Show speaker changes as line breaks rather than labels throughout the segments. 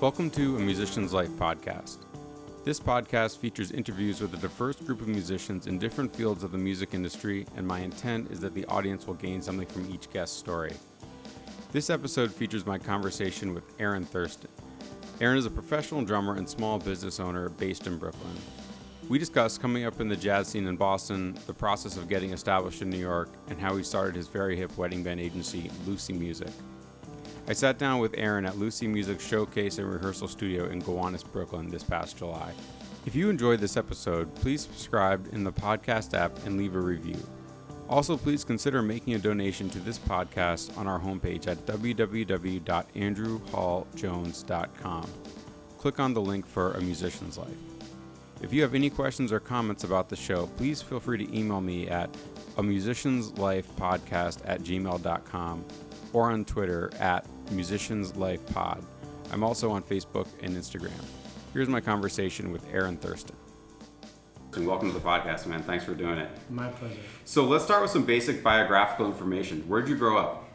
Welcome to A Musician's Life podcast. This podcast features interviews with a diverse group of musicians in different fields of the music industry, and my intent is that the audience will gain something from each guest's story. This episode features my conversation with Aaron Thurston. Aaron is a professional drummer and small business owner based in Brooklyn. We discuss coming up in the jazz scene in Boston, the process of getting established in New York, and how he started his very hip wedding band agency, Lucy Music. I sat down with Aaron at Lucy Music Showcase and Rehearsal Studio in Gowanus, Brooklyn this past July. If you enjoyed this episode, please subscribe in the podcast app and leave a review. Also, please consider making a donation to this podcast on our homepage at www.andrewhalljones.com. Click on the link for A Musician's Life. If you have any questions or comments about the show, please feel free to email me at a musician's life podcast at gmail.com or on Twitter at musicians life pod. I'm also on Facebook and Instagram. Here's my conversation with Aaron Thurston. Welcome to the podcast, man. Thanks for doing it.
My pleasure.
So let's start with some basic biographical information. Where'd you grow up?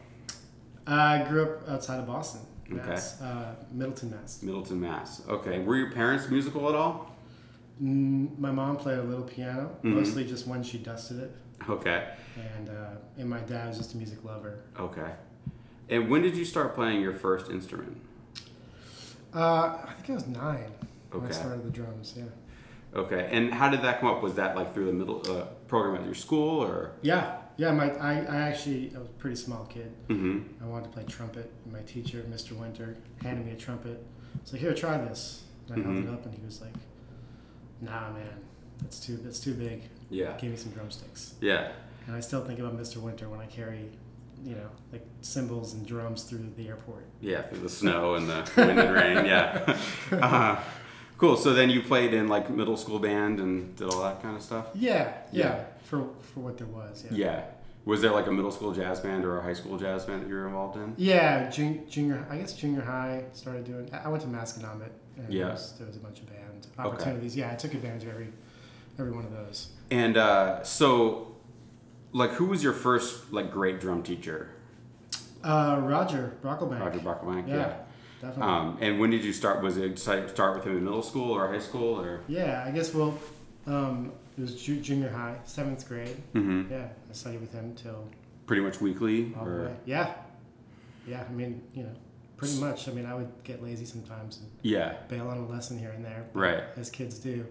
Uh, I grew up outside of Boston, Mass, uh, Middleton, Mass.
Middleton, Mass. Okay. Were your parents musical at all?
Mm, My mom played a little piano,
Mm-hmm.
mostly just when she dusted it,
Okay.
and uh, and my dad was just a music lover.
Okay. And when did you start playing your first instrument?
Uh, I think I was nine when I
Okay.
started the drums. Yeah,
Okay. And how did that come up? Was that like through the middle uh, program at your school or?
yeah, yeah. My I, I actually I was a pretty small kid.
hmm
I wanted to play trumpet. and My teacher, Mr. Winter, handed me a trumpet. So here, try this. And I held
Mhm.
it up, and he was like, "Nah, man, that's too that's too big.
Yeah.
Give me some drumsticks."
Yeah.
And I still think about Mr. Winter when I carry, you know, like cymbals and drums through the airport.
Yeah. Through the snow and the wind and rain. Yeah. uh Cool. So then you played in like middle school band and did all that kind of stuff?
Yeah, yeah,
Yeah.
for for what there was. Yeah.
Yeah. Was there like a middle school jazz band or a high school jazz band that you were involved in?
Yeah, jun- junior. I guess junior high started doing. I I went to Masconomet, and
Yeah.
there, was, there was a bunch of band opportunities. Yeah, I took advantage of every every one of those.
And uh, so, like, who was your first like great drum teacher?
Uh, Roger Brocklebank.
Roger Bucklebank.
Yeah,
Yeah.
definitely.
Um, and when did you start? Was it start start with him in middle school or high school or?
yeah, I guess. Well, um, it was ju- junior high, seventh grade.
hmm
Yeah, I studied with him till
Pretty much weekly.
All the
or,
way. Yeah. Yeah, I mean, you know, pretty much. I mean, I would get lazy sometimes and
Yeah.
bail on a lesson here and there,
Right.
as kids do.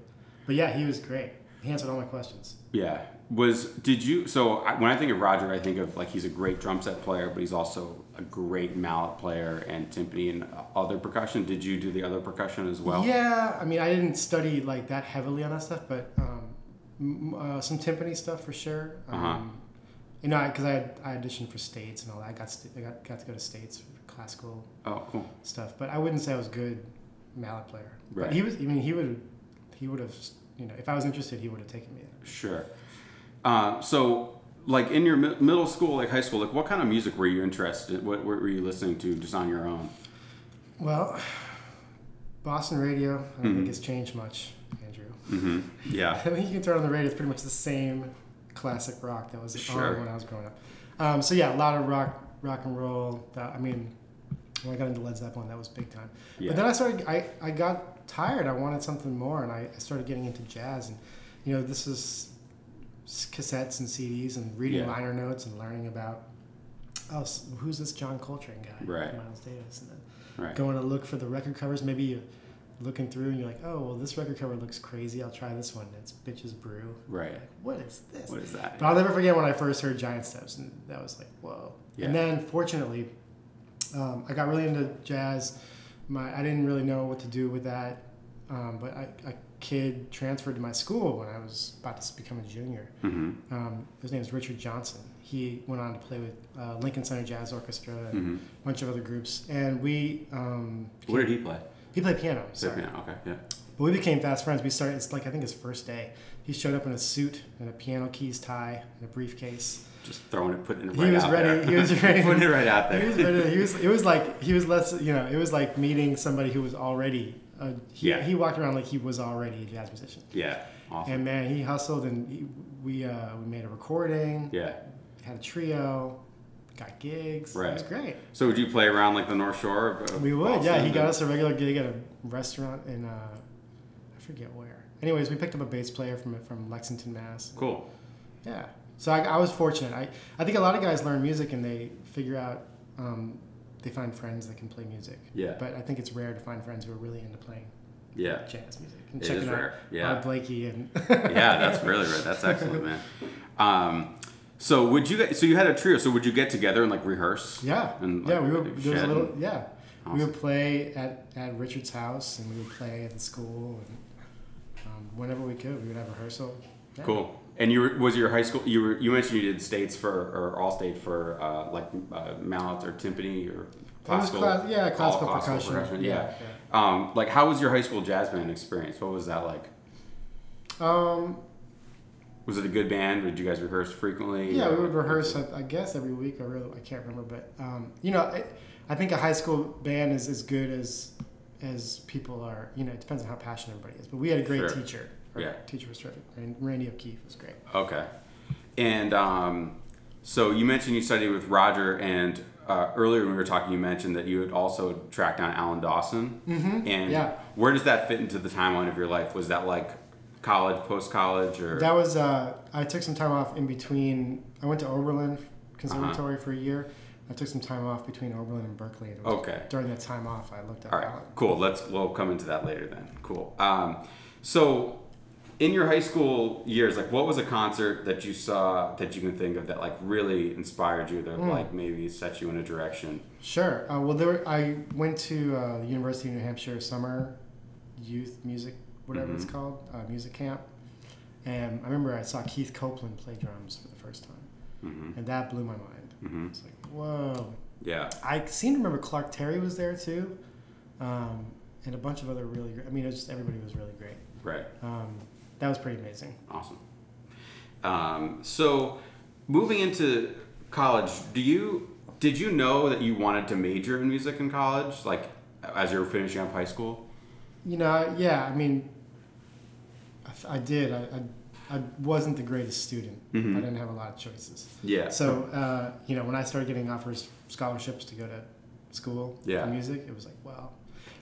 But yeah, he was great. He answered all my questions.
Yeah. Was did you? So I, when I think of Roger, I think of like he's a great drum set player, but he's also a great mallet player and timpani and uh, other percussion. Did you do the other percussion as well?
yeah, I mean, I didn't study like that heavily on that stuff, but um, m- uh, some timpani stuff for sure. Um,
Uh-huh.
You know, because I, had I auditioned for states and all that. I got, st- I got got to go to states for classical
Oh, cool.
stuff, but I wouldn't say I was a good mallet player.
Right.
But he was. I mean, he would. He would have. You know, if I was interested, he would have taken me there.
Sure. Uh, so, like in your mi- middle school, like high school, like what kind of music were you interested? What, what were you listening to just on your own?
Well, Boston radio, I don't think it's changed much, Andrew.
Mm-hmm.
I
Yeah.
think you can turn on the radio; it's pretty much the same classic rock that was
Sure.
on when I was growing up. Um, so yeah, a lot of rock, rock and roll. That, I mean, when I got into Led Zeppelin, that was big time.
Yeah.
But then I started. I, I got tired. I wanted something more, and I, I started getting into jazz. And you know, this is s- cassettes and CDs and reading
Yeah.
liner notes and learning about oh, s- who's this John Coltrane guy?
Right.
Miles Davis, and then
Right.
going to look for the record covers. Maybe you're looking through and you're like, oh, well, this record cover looks crazy. I'll try this one. It's Bitches Brew.
Right.
What is this?
What is that?
But I'll never forget when I first heard Giant Steps, and that was like, whoa.
Yeah.
And then, fortunately, um, I got really into jazz. My I didn't really know what to do with that, um, but I, a kid transferred to my school when I was about to become a junior.
Mm-hmm.
Um, his name is Richard Johnson. He went on to play with uh, Lincoln Center Jazz Orchestra and
Mm-hmm.
a bunch of other groups, and we um,
What did he play?
he played piano. Sorry.
Piano. Okay. Yeah.
But we became fast friends. We started, it's like, I think his first day. He showed up in a suit and a piano keys tie and a briefcase.
Just throwing it, putting it
He
right
was
out
ready-
there.
he was ready.
putting it right out
He was,
there.
he was, it was like, he was less, you know, it was like meeting somebody who was already a, he,
Yeah.
he walked around like he was already a jazz musician.
Yeah. Awesome.
And man, he hustled and he, we uh, we made a recording,
yeah.
had a trio, got gigs. It was
Right.
great.
So would you play around like the North Shore? Of, of
We would, yeah.
Boston?
He got us a regular gig at a restaurant in uh, I forget where. Anyways, we picked up a bass player from from Lexington, Mass.
Cool.
Yeah. So I, I was fortunate. I, I think a lot of guys learn music and they figure out um, they find friends that can play music.
Yeah.
But I think it's rare to find friends who are really into playing
Yeah.
jazz music and
It
checking
is
out
rare. Yeah.
Bob Blakey and
yeah, that's really right. That's excellent, man. Um, so would you? get- So you had a trio. So would you get together and like rehearse?
yeah
And,
yeah
like,
we would there was a
shed
little
and-
yeah we
Awesome.
would play at, at Richard's house and we would play at the school and um, whenever we could we would have rehearsal. Yeah.
Cool. And you were, was your high school? You were you mentioned you did states for or all state for uh, like uh, mallets or timpani or classical.
class- yeah,
all
classical percussion.
Yeah.
Yeah,
Um, like how was your high school jazz band experience? What was that like?
Um,
Was it a good band? Did you guys rehearse frequently?
Yeah, we would
Or-
rehearse. I, I guess every week. I really, I can't remember, but um, you know, I, I think a high school band is as good as as people are. You know, it depends on how passionate everybody is. But we had a great
Sure.
teacher. Our
Yeah.
teacher was terrific. And Randy O'Keefe was great.
Okay. And um, so you mentioned you studied with Roger, and uh, earlier when we were talking, you mentioned that you had also tracked down Alan Dawson. Mm-hmm. And
yeah.
where does that fit into the timeline of your life? Was that like college, post college, or
That was. Uh, I took some time off in between. I went to Oberlin Conservatory for a year. I took some time off between Oberlin and Berkeley. And it was
Uh-huh. okay?
During that time off, I looked up.
All right,
Alan.
cool. Let's we'll come into that later then. Cool. Um, so in your high school years, like what was a concert that you saw that you can think of that like really inspired you, that
Hmm.
like maybe set you in a direction?
Sure. Uh, well, there were, I went to uh, the University of New Hampshire summer youth music, whatever it's
Mhm.
called, uh, music camp, and I remember I saw Keith Copeland play drums for the first time,
hmm
and that blew my mind.
hmm
It's like whoa.
Yeah.
I seem to remember Clark Terry was there too, um, and a bunch of other really. great I mean, it was just everybody was really great.
Right.
Um, that was pretty amazing.
Awesome. Um, so, moving into college, do you did you know that you wanted to major in music in college, like as you were finishing up high school?
You know, yeah. I mean, I, f- I did. I, I, I wasn't the greatest student.
Mhm.
I didn't have a lot of choices.
Yeah.
Mm-hmm. So uh, you know, when I started getting offers scholarships to go to school
Yeah.
for music, it was like wow.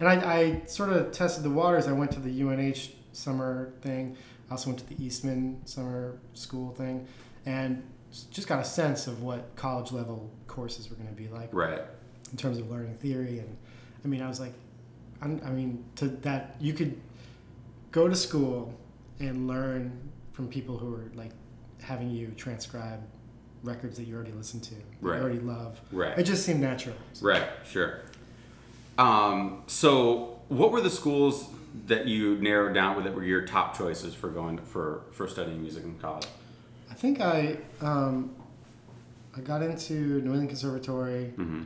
And I, I sort of tested the waters. I went to the UNH summer thing. I also went to the Eastman summer school thing, and s- just got a sense of what college level courses were going to be like
Right.
in terms of learning theory. And I mean, I was like, I'm, I mean, to that you could go to school and learn from people who are like having you transcribe records that you already listen to, that
Right.
you already love.
Right.
It just seemed natural.
Right. Sure. Um, so, what were the schools that you narrowed down with that were your top choices for going for for studying music in college?
I think I um, I got into New England Conservatory,
Mm-hmm.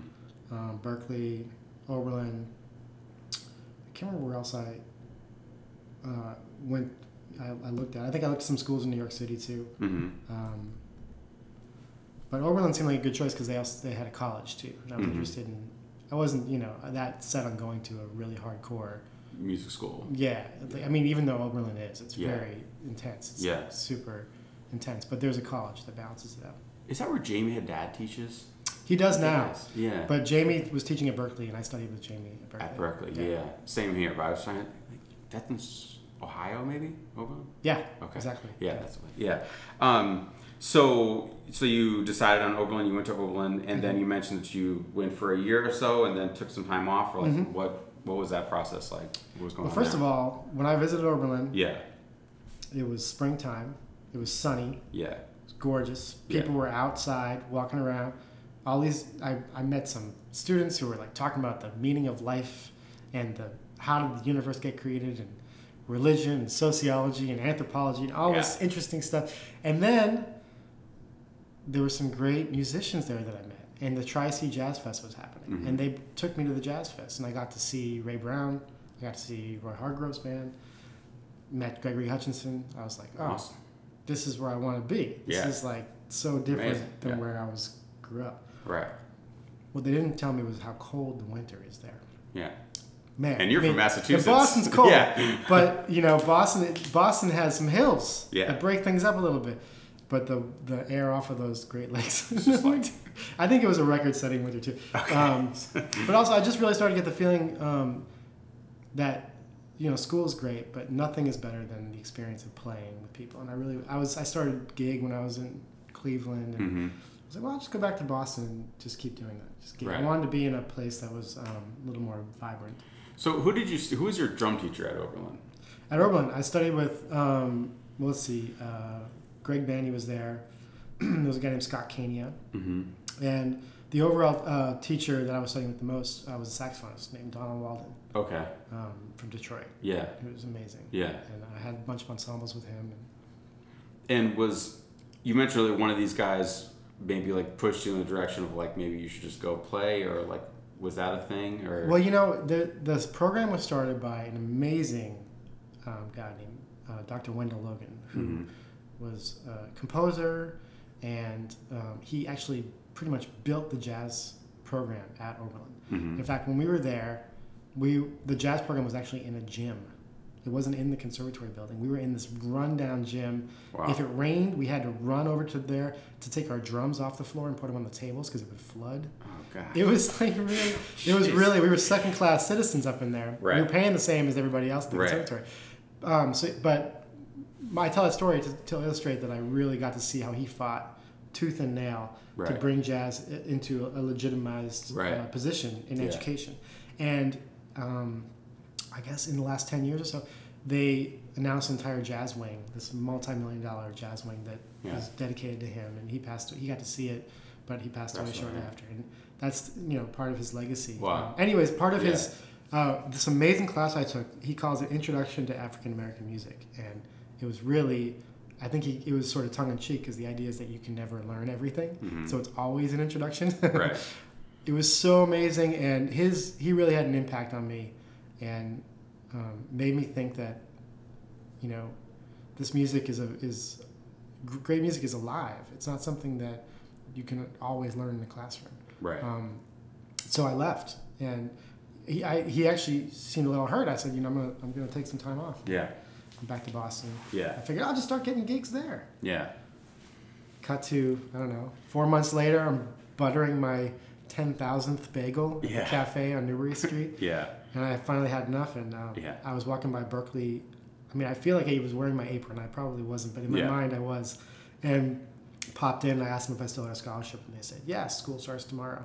um, Berkeley, Oberlin. I can't remember where else I uh, went. I, I looked at. I think I looked at some schools in New York City too.
Mm-hmm.
Um, but Oberlin seemed like a good choice because they also they had a college too, and I was
Mhm.
interested in. I wasn't, you know, that set on going to a really hardcore.
Music school.
Yeah, like, I mean, even though Oberlin is, it's
Yeah.
very intense. It's
Yeah.
super intense. But there's a college that balances it out.
Is that where Jamie had dad teaches?
He does now,
Yeah.
but Jamie was teaching at Berkeley, and I studied with Jamie at Berkeley.
At Berkeley, yeah. Same here, but I was trying to like that's in S- Ohio maybe? Oberlin?
yeah,
Okay.
exactly.
Yeah, that's what yeah. Um so so you decided on Oberlin, you went to Oberlin and then
Mm-hmm.
you mentioned that you went for a year or so and then took some time off or like what what was that process like? What was going
Mm-hmm. Well,
on?
first of all, when I visited Oberlin,
Yeah,
it was springtime. It was sunny.
yeah.
It's gorgeous.
Yeah.
People were outside walking around. All these, I, I met some students who were like talking about the meaning of life and the how did the universe get created and religion and sociology and anthropology and all this interesting stuff. And then there were some great musicians there that I met. And the Tri C Jazz Fest was happening.
Mhm.
And they took me to the Jazz Fest. And I got to see Ray Brown. I got to see Roy Hargrove's band. Met Gregory Hutchinson. I was like, oh,
Awesome.
this is where I want to be. This
Yeah.
is like so different
Amazing,
than
yeah.
where I was grew up.
Right.
What they didn't tell me was how cold the winter is there.
Yeah.
man.
And you're
I mean,
from Massachusetts.
Yeah, Boston's cold.
Yeah.
but you know, Boston Boston has some hills
Yeah.
that break things up a little bit. But the the air off of those Great Lakes.
just like-
I think it was a record setting winter too. Um, but also, I just really started to get the feeling um, that you know school is great, but nothing is better than the experience of playing with people. And I really, I was I started gig when I was in Cleveland. And
hmm
I was like, well, I'll just go back to Boston and just keep doing that. Just keep,
Right.
I wanted to be in a place that was um, a little more vibrant.
So who did you? st- Who was your drum teacher at Oberlin?
At Oberlin, I studied with, um, well, let's see, uh, Greg Bandy was there. there was a guy named Scott Kania.
Mm-hmm.
And the overall uh, teacher that I was studying with the most uh, was a saxophonist named Donald Walden
Okay.
um, from Detroit.
Yeah.
It was amazing.
Yeah.
And I had a bunch of ensembles with him.
And was you mentioned earlier one of these guys maybe like pushed you in the direction of like maybe you should just go play or like was that a thing or
Well, you know, the, this program was started by an amazing um, guy named uh, Dr. Wendell Logan, who
Mhm.
was a composer, and um, he actually pretty much built the jazz program at Oberlin.
Mhm.
In fact, when we were there, we the jazz program was actually in a gym. It wasn't in the conservatory building. We were in this rundown gym.
Wow.
If it rained, we had to run over to there to take our drums off the floor and put them on the tables because it would flood.
oh god
It was like really, it was
Jeez.
really, we were second class citizens up in there. We were
Right.
paying the same as everybody else in the
Right.
conservatory. Um, so, but my, I tell that story to, to illustrate that I really got to see how he fought tooth and nail to
Right.
bring jazz i- into a legitimized
Right.
uh, position in
Yeah.
education. And um, I guess in the last 10 years or so, they announced an entire jazz wing, this multi-million dollar jazz wing that
Yeah.
was dedicated to him. And he passed, he got to see it, but he passed away
That's
shortly
right.
after. And that's you know part of his legacy.
Wow.
Um, anyways, part of
Yeah.
his uh, this amazing class I took, he calls it Introduction to African American Music, and it was really, I think he, it was sort of tongue in cheek because the idea is that you can never learn everything,
Mhm.
so it's always an introduction.
right
it was so amazing, and his he really had an impact on me, and um, made me think that, you know, this music is a is gr- great music is alive. It's not something that you can always learn in the classroom.
right
Um, so I left, and he, I, he actually seemed a little hurt. I said, you know, I'm gonna, I'm gonna take some time off.
yeah
I'm back to Boston. I
yeah
figured I'll just start getting gigs there.
yeah
Cut to I don't know. Four months later, I'm buttering my ten thousandth bagel at
Yeah.
the cafe on Newbury Street,
yeah
and I finally had enough. And um,
Yeah.
I was walking by Berkeley. I mean, I feel like I was wearing my apron. I probably wasn't, but in my
Yeah.
mind, I was. And popped in. I asked them if I still had a scholarship, and they said, "Yeah, school starts tomorrow."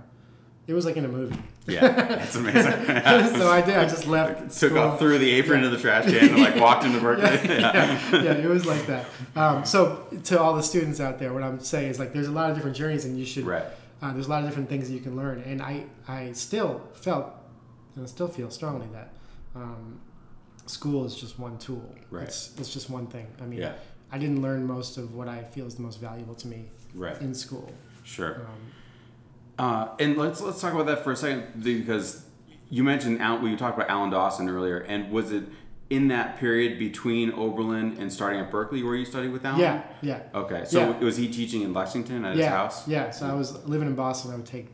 It was like in a movie.
yeah that's amazing
so I did. I just left.
took
school.
off threw the apron into the trash can and like walked into Berkeley
yeah, yeah, it was like that. Um, so to all the students out there, what I'm saying is like there's a lot of different journeys, and you should.
right
Uh, there's a lot of different things that you can learn, and I I still felt and I still feel strongly that um, school is just one tool.
Right.
It's, it's just one thing. I mean,
yeah
I didn't learn most of what I feel is the most valuable to me
right
in school.
sure
Um,
Uh, and let's let's talk about that for a second because you mentioned Al, well, you talked about Alan Dawson earlier, and was it in that period between Oberlin and starting at Berkeley where you studied with Alan?
yeah, yeah.
Okay, so
Yeah.
was he teaching in Lexington at his
yeah,
house?
Yeah, so I was living in Boston. I would take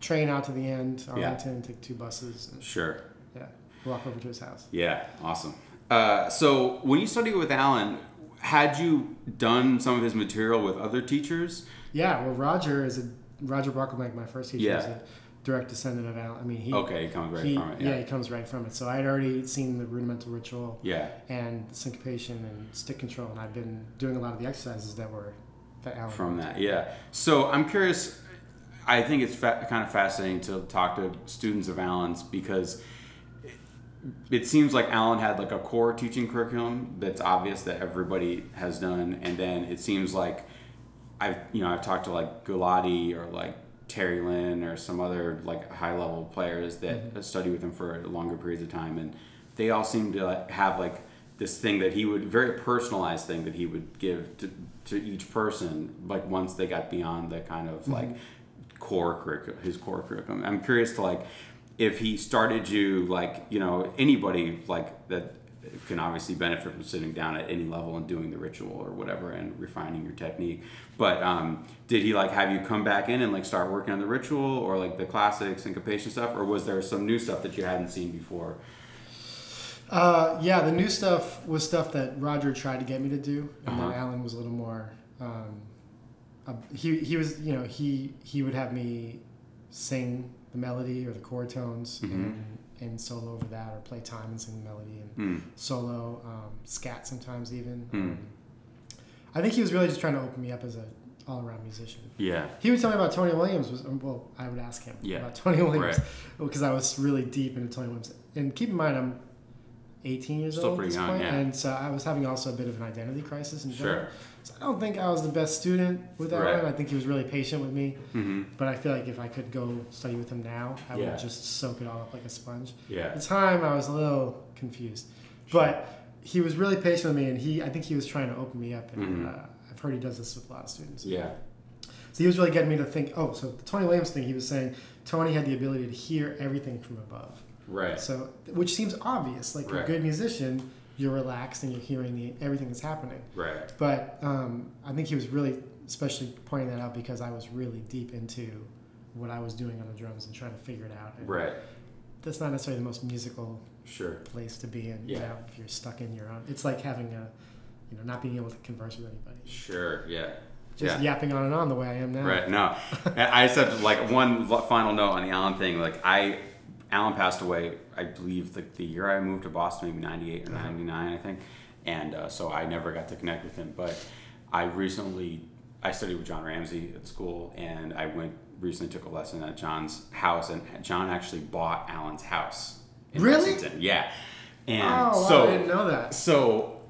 train out to the end, Arlington, take two buses, and
Sure.
yeah, walk over to his house.
Yeah. Awesome. Uh, so when you studied with Alan, had you done some of his material with other teachers?
Yeah, well, Roger is a Roger Brocklebank, my first teacher,
Yeah.
is a direct descendant of Alan. I mean, he
Okay, you come right
he,
from it.
yeah.
Yeah.
he comes right from it. So I had already seen the rudimental ritual
Yeah.
and syncopation and stick control, and I've been doing a lot of the exercises that were that Alan.
from that. Yeah. So I'm curious. I think it's fa- kind of fascinating to talk to students of Allen's because it, it seems like Allen had like a core teaching curriculum that's obvious that everybody has done, and then it seems like I've you know I've talked to like Gulati or like Terry Lynn or some other like high level players that study with him for longer periods of time, and they all seem to like, have like this thing that he would very personalized thing that he would give to, to each person, like once they got beyond the kind of like core curriculum, his core curriculum. I'm curious to like if he started you like you know anybody like that can obviously benefit from sitting down at any level and doing the ritual or whatever and refining your technique. But um, did he like have you come back in and like start working on the ritual or like the classic syncopation stuff, or was there some new stuff that you hadn't seen before?
Uh, yeah, the new stuff was stuff that Roger tried to get me to do, and
Uh-huh.
then Alan was a little more. Um, uh, he he was you know he he would have me sing the melody or the chord tones
Mm-hmm.
and, and solo over that or play time and sing the melody and
Hmm.
solo um, scat sometimes even. Um,
Hmm.
I think he was really just trying to open me up as a all around musician.
Yeah.
He would tell me about Tony Williams. Was um, well, I would ask him
Yeah.
about Tony Williams
Right.
because I was really deep into Tony Williams. And keep in mind, I'm 18 years
Still
old, at
pretty
this
young,
point,
yeah.
and so I was having also a bit of an identity crisis. In general.
Sure.
So I don't think I was the best student with that
Right.
one. I think he was really patient with me,
Mm-hmm.
but I feel like if I could go study with him now, I
Yeah.
would just soak it all up like a sponge. At
Yeah.
the time, I was a little confused, but he was really patient with me, and he I think he was trying to open me up.
Mhm.
And uh, I've heard he does this with a lot of students.
Yeah.
So he was really getting me to think. Oh, so the Tony Williams thing, he was saying Tony had the ability to hear everything from above.
Right.
So, which seems obvious. Like
Right.
a good musician, you're relaxed and you're hearing the, everything that's happening.
Right.
But um, I think he was really, especially pointing that out because I was really deep into what I was doing on the drums and trying to figure it out. And
Right.
That's not necessarily the most musical
Sure.
place to be in.
Yeah.
You know, if you're stuck in your own, it's like having a, you know, not being able to converse with anybody.
Sure. Yeah.
Just
yeah.
yapping on and on the way I am now.
Right. No, And I just have to, like one lo- final note on the Allen thing. Like I, Allen passed away. I believe like the year I moved to Boston, maybe ninety eight or
Uh-huh.
ninety nine, I think. And uh, so I never got to connect with him. But I recently I studied with John Ramsey at school, and I went recently took a lesson at John's house, and John actually bought Allen's house. In
Really?
Lexington. Yeah. And
Oh, wow,
so
I didn't know that.
so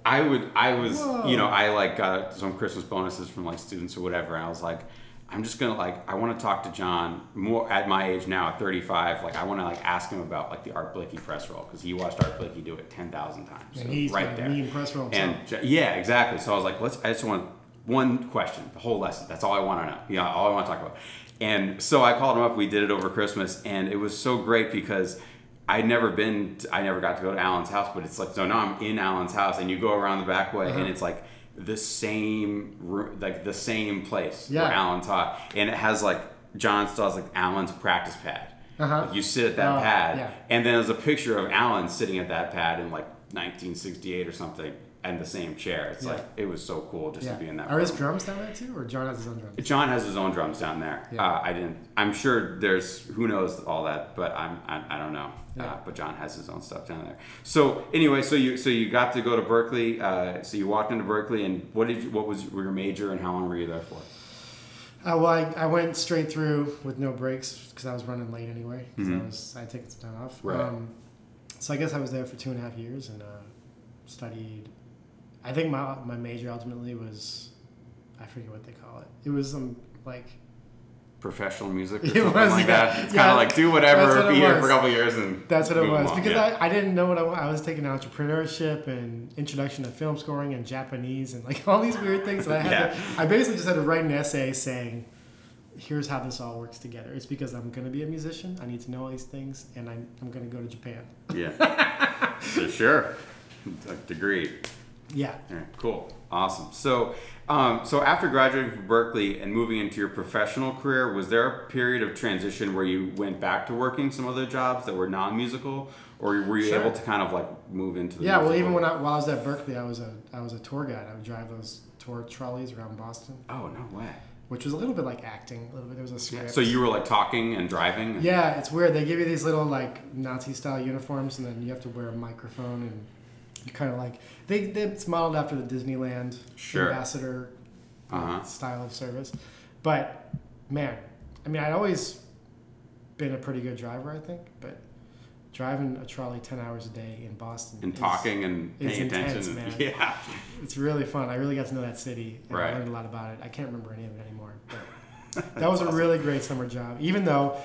I would, I was,
Whoa.
you know, I like got some Christmas bonuses from like students or whatever, and I was like, I'm just gonna like, I want to talk to John more at my age now, at 35. Like, I want to like ask him about like the Art Blakey press roll because he watched Art Blakey do it 10,000 times,
And
So,
he's
right
got a
there.
mean press roll himself.
And J- yeah, exactly. So I was like, let's. I just want one question, the whole lesson. That's all I want to know. Yeah, all I want to talk about. And so I called him up. We did it over Christmas, and it was so great because I'd never been. To, I never got to go to Alan's house, but it's like so now I'm in Alan's house, and you go around the back
Uh-huh.
way, and it's like the same, roo- like the same place where
Yeah.
Alan taught, and it has like John still has like Alan's practice pad.
Uh-huh.
Like, you sit at that
Oh,
pad,
yeah.
and then there's a picture of Alan sitting at that pad in like 1968 or something, and the same chair. It's
Yeah.
like it was so cool just
Yeah.
to be in that.
Are his
room.
drums down there too, or John has his own drums?
John has his own drums down there.
Yeah.
Uh, I didn't. I'm sure there's who knows all that, but I'm I, I don't know. Uh,
Yeah.
but John has his own stuff down there. So anyway, so you so you got to go to Berkeley. Uh, so you walked into Berkeley, and what did you, what was your major, and how long were you there for?
Uh, well, I, I went straight through with no breaks because I was running late anyway. 'cause I was I had taken some time off.
Mm-hmm. Right.
Um, so I guess I was there for two and a half years and uh, studied. I think my my major ultimately was, I forget what they call it. It was um like
Professional music or
It
something
was,
like that.
yeah.
It's kind
Yeah.
of like do whatever,
That's what
be
it
here
was.
for a couple years, and
that's what it
move
was
along.
because
Yeah.
I, I didn't know what I, wa- I was taking entrepreneurship and introduction to film scoring and Japanese and like all these weird things that I had.
Yeah.
To, I basically just had to write an essay saying, "Here's how this all works together." It's because I'm going to be a musician. I need to know all these things, and I, I'm going to go to Japan.
Yeah. For sure. Like degree.
Yeah.
All right, cool. Awesome. So, um, so after graduating from Berkeley and moving into your professional career, was there a period of transition where you went back to working some other jobs that were non-musical, or were you
Sure.
able to kind of like move into the?
Yeah. Well,
musical?
even when I, while I was at Berkeley, I was a I was a tour guide. I would drive those tour trolleys around Boston,
Oh no way!
which was a little bit like acting. A little bit. There was a script.
So you were like talking and driving. and-
Yeah, it's weird. They give you these little like Nazi style uniforms, and then you have to wear a microphone, and you kind of like they, they it's modeled after the Disneyland
Sure.
ambassador you know,
Uh-huh.
style of service. But man, I mean, I'd always been a pretty good driver, I think, but driving a trolley ten hours a day in Boston
And
is-
talking and
it's
paying
intense,
attention.
man.
Yeah.
it's really fun. I really got to know that city. And
Right.
I learned a lot about it. I can't remember any of it anymore. But that was a really great summer job, even though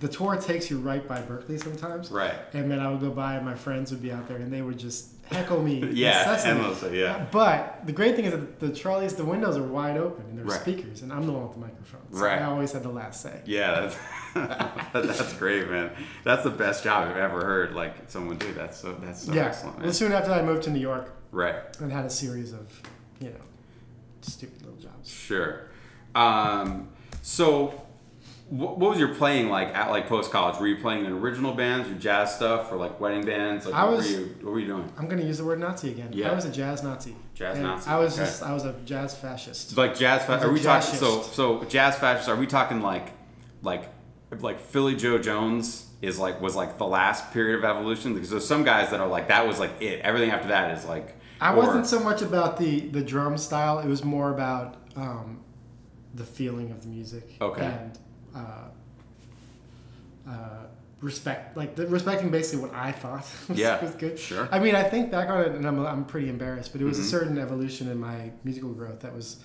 the tour takes you right by Berkeley sometimes.
Right.
And then I would go by, and my friends would be out there, and they would just heckle me.
Yeah,
incessantly.
endlessly. Yeah.
But the great thing is that the trolleys, the windows are wide open, and there's
Right.
speakers, and I'm the one with the microphone. So
Right.
I always had the last say.
Yeah, that's, that's great, man. That's the best job I've ever heard. Like someone do that. So that's so
yeah.
excellent, man.
Well, soon after that, I moved to New York
Right.
and had a series of, you know, stupid little jobs.
Sure. Um, so, what, what was your playing like at like post college? Were you playing in original bands or jazz stuff or like wedding bands? Like,
I
what
was-
Were you, what were you doing?
I'm gonna use the word Nazi again.
Yeah.
I was a jazz Nazi.
Jazz
And
Nazi,
I was
okay.
just I was a jazz fascist.
Like jazz? Fa-
As a
are we talking? So,
jazzist.
so jazz fascists? Are we talking like, like, like Philly Joe Jones is like was like the last period of evolution? Because there's some guys that are like that was like it. Everything after that is like.
I
or-
wasn't so much about the the drum style. It was more about um, the feeling of the music.
Okay.
And uh, uh, respect, like the, respecting basically what I thought was,
Yeah,
was good.
sure. Mm-hmm.
I mean, I think back on it, and I'm I'm pretty embarrassed, but it was a certain evolution in my musical growth that was,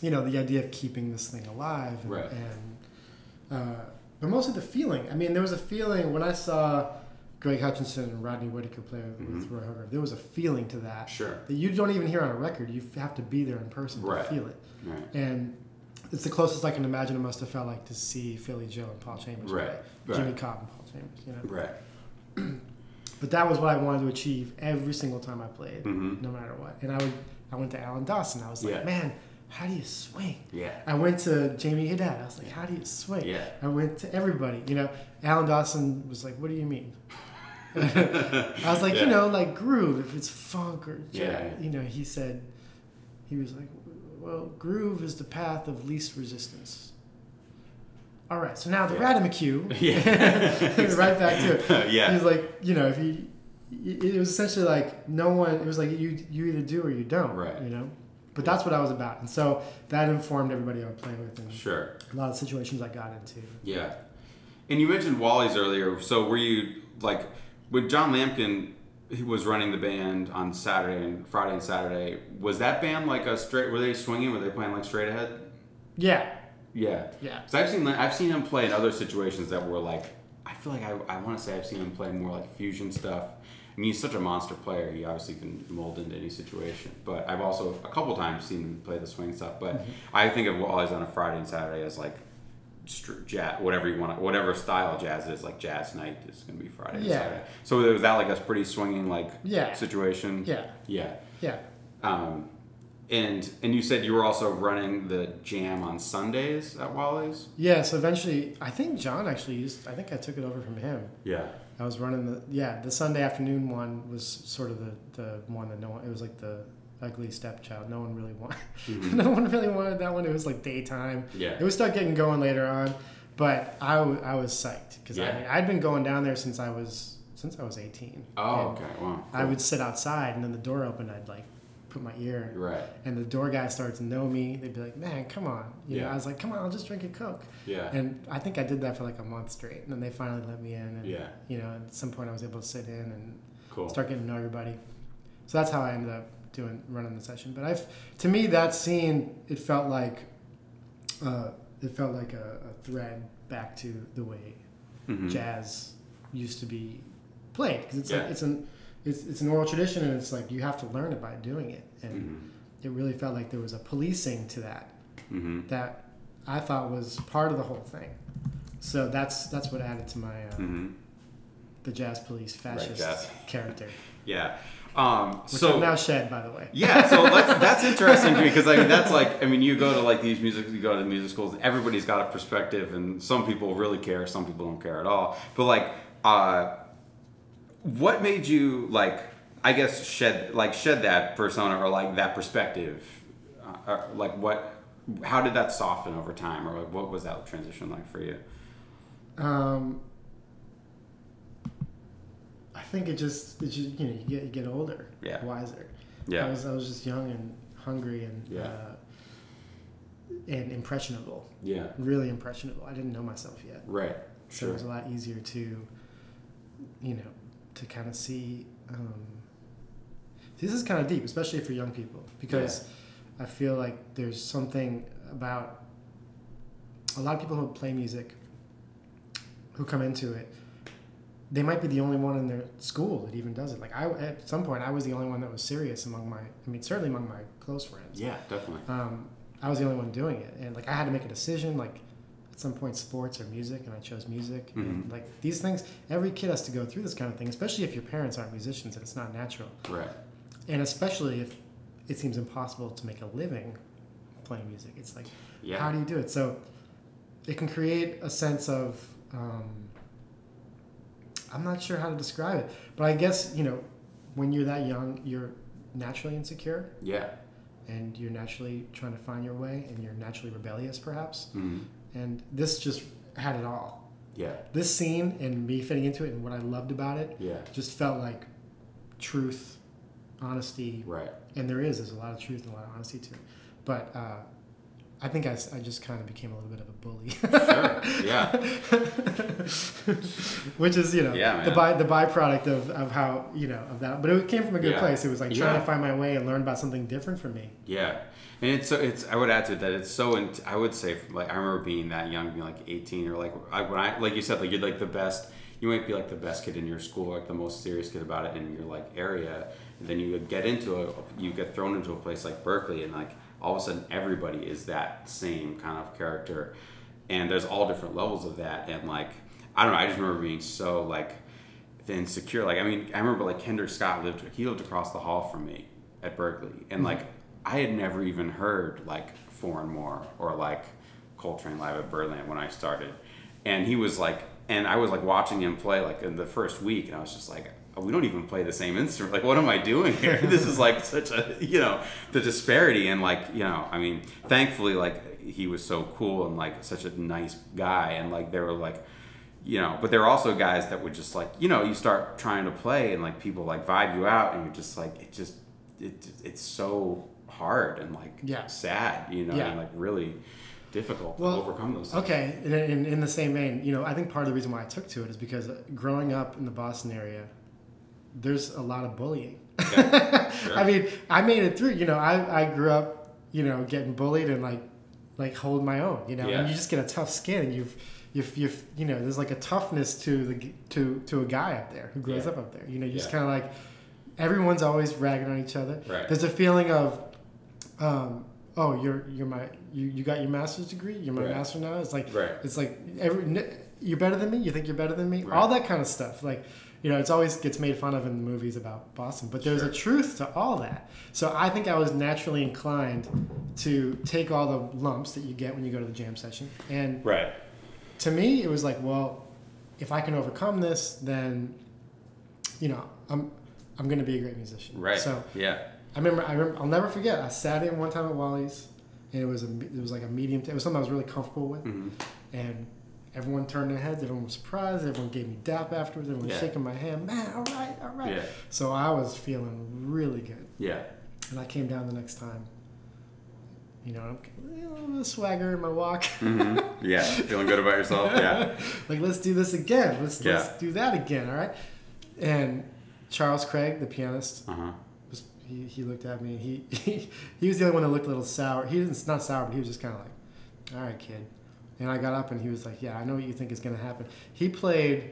you know, the idea of keeping this thing alive and.
Right.
and uh, but mostly the feeling. I mean, there was a feeling when I saw Greg Hutchinson and Rodney Whitaker play
Mm-hmm.
with Roy Hargrove. There was a feeling to that
Sure.
that you don't even hear on a record. You have to be there in person
Right.
to feel it.
Right.
And it's the closest I can imagine it must have felt like to see Philly Joe and Paul Chambers,
Right,
play,
right.
Jimmy Cobb and Paul Chambers. You know,
Right.
but that was what I wanted to achieve every single time I played,
Mhm.
no matter what. And I would, I went to Alan Dawson. I was like,
Yeah.
man, how do you swing?
Yeah.
I went to Jamie Haddad. I was like, how do you swing?
Yeah.
I went to everybody. You know, Alan Dawson was like, what do you mean? I was like,
Yeah.
you know, like groove, if it's funk or
Yeah.
You know, he said, he was like, well, groove is the path of least resistance. All right, so now the
Yeah.
Radamacue,
Yeah.
right back to it.
yeah.
He was like, you know, if you, it was essentially like no one. It was like you, you either do or you don't.
Right.
You know, but that's what I was about, and so that informed everybody I was playing with, and
Sure.
a lot of situations I got into.
Yeah. And you mentioned Wally's earlier. So were you like when John Lampkin he was running the band on Saturday and Friday and Saturday? Was that band like a straight? Were they swinging? Were they playing like straight ahead?
Yeah.
Yeah.
Yeah.
So I've seen I've seen him play in other situations that were like I feel like I, I want to say I've seen him play more like fusion stuff. I mean, he's such a monster player. He obviously can mold into any situation. But I've also a couple times seen him play the swing stuff. But I think of Wally's on a Friday and Saturday as like str- jazz, whatever you want, whatever style jazz it is, like jazz night is going to be Friday.
Yeah.
And Saturday. So was that like a pretty swinging like
Yeah.
situation?
Yeah.
Yeah.
Yeah.
Um, and and you said you were also running the jam on Sundays at Wally's.
Yeah. So eventually, I think John actually used. I think I took it over from him.
Yeah.
I was running the yeah the Sunday afternoon one was sort of the the one that no one it was like the ugly stepchild no one really wanted
Mm-hmm.
no one really wanted that one it was like daytime
Yeah.
it was stuff getting going later on but I, w- I was psyched because
Yeah.
I I'd been going down there since I was since I was eighteen
Oh,
And
okay. Wow.
I would sit outside and then the door opened I'd like put my ear
You're right.
and the door guy started to know me they'd be like man come on you know
Yeah.
I was like come on I'll just drink a coke
Yeah.
and I think I did that for like a month straight, and then they finally let me in. And,
Yeah.
You know, at some point I was able to sit in and
cool.
start getting to know everybody. So that's how I ended up doing running the session. But I've to me that scene it felt like, uh, it felt like a, a thread back to the way
Mhm.
jazz used to be played because it's
Yeah.
like it's an it's, it's an oral tradition and it's like you have to learn it by doing it and
Mhm.
it really felt like there was a policing to that
Mhm.
that I thought was part of the whole thing. So that's that's what added to my uh,
Mhm.
the jazz police fascist
jazz.
character,
Yeah. Um,
which
so
I've now shed, by the way.
yeah, so let's, that's interesting to me because I mean that's like I mean you go to like these music you go to the music schools everybody's got a perspective and some people really care some people don't care at all but like uh, what made you like I guess shed like shed that persona or like that perspective uh, uh, like what how did that soften over time or like what was that transition like for you
Um, I think it just it just you know you get you get older,
Yeah.
wiser.
yeah
I was I was just young and hungry and
Yeah.
uh, and impressionable,
yeah
really impressionable. I didn't know myself yet.
right
So it was a lot easier to, you know, to kind of see. Um, this is kind of deep, especially for young people, because I feel like there's something about a lot of people who play music who come into it, they might be the only one in their school that even does it. Like I, at some point, I was the only one that was serious among my. I mean, certainly among my close friends.
Yeah, definitely.
Um, I was the only one doing it, and like I had to make a decision. Like at some point, sports or music, and I chose music. And, like these things, every kid has to go through this kind of thing, especially if your parents aren't musicians and it's not natural,
Right.
and especially if it seems impossible to make a living playing music. It's like
Yeah.
how do you do it? So it can create a sense of um, I'm not sure how to describe it, but I guess you know when you're that young, you're naturally insecure
yeah.
and you're naturally trying to find your way and you're naturally rebellious, perhaps.
Mhm.
And this just had it all.
Yeah.
This scene and me fitting into it and what I loved about it
Yeah.
just felt like truth, honesty,
Right.
and there is there's a lot of truth and a lot of honesty to it but uh, i think I, s- I just kind of became a little bit of a bully
Sure. Yeah.
which is you know
Yeah, man.
the, by, the byproduct of, of how you know of that but it came from a good
Yeah.
place it was like trying
Yeah.
to find my way and learn about something different from me
Yeah, and it's so it's. I would add to it that it's so. In, I would say like I remember being that young, being like eighteen or like I, when I like you said like you're like the best. You might be like the best kid in your school, like the most serious kid about it in your like area. And then you get into a you get thrown into a place like Berkeley, and like all of a sudden everybody is that same kind of character, and there's all different levels of that. And like I don't know, I just remember being so like than secure. Like I mean, I remember like Kendrick Scott lived he lived across the hall from me at Berkeley, and like I had never even heard like Four and More or like Coltrane Live at Birdland when I started, and he was like, and I was like watching him play like in the first week, and I was just like. "Oh, We don't even play the same instrument. Like, what am I doing here? this is like such a, you know, the disparity. And, like, you know, I mean, thankfully, like, he was so cool and, like, such a nice guy. And, like, there were, like, you know, but there are also guys that would just like, you know, you start trying to play and like people like vibe you out and you're just like, it just, it, it's so hard and like
Yeah.
sad, you know,
Yeah.
and like really difficult
Well,
to overcome those things.
okay in, in, in the same vein you know i think part of the reason why i took to it is because growing up in the boston area there's a lot of bullying
sure.
I mean, I made it through. You know, I, I grew up, you know, getting bullied and like like hold my own. You know,
Yeah.
and you just get a tough skin. And you've you've you've you know, there's like a toughness to the g- to to a guy up there who grows
Yeah.
up up there. You know, you're just
Yeah.
kind of like everyone's always ragging on each other.
Right.
There's a feeling of. Um, Oh, you're you're my you, you got your master's degree. You're my
Right.
master now. It's like
Right.
it's like every n- you're better than me. You think you're better than me.
Right.
All that kind of stuff. Like you know, it's always gets made fun of in the movies about Boston, but there's
Sure.
a truth to all that. So I think I was naturally inclined to take all the lumps that you get when you go to the jam session. And
Right.
to me, it was like, well, if I can overcome this, then you know, I'm I'm going to be a great musician.
Right.
So
yeah.
I remember, I remember, I'll never forget. I sat in one time at Wally's, and it was a, it was like a medium. T- it was something I was really comfortable with,
Mhm.
and everyone turned their heads. Everyone was surprised. Everyone gave me dap afterwards. Everyone
Yeah.
was shaking my hand. Man, all right, all right.
Yeah.
So I was feeling really good,
Yeah.
and I came down the next time. You know, I'm a little bit of swagger in my walk.
Mhm. Yeah. Feeling good about yourself. Yeah.
like let's do this again. Let's
Yeah.
let's do that again. All right. And Charles Craig, the pianist,
Uh huh.
was, he, he looked at me. He, he he was the only one that looked a little sour. He didn't not sour, but he was just kind of like, "All right, kid." And I got up and he was like, "Yeah, I know what you think is going to happen." He played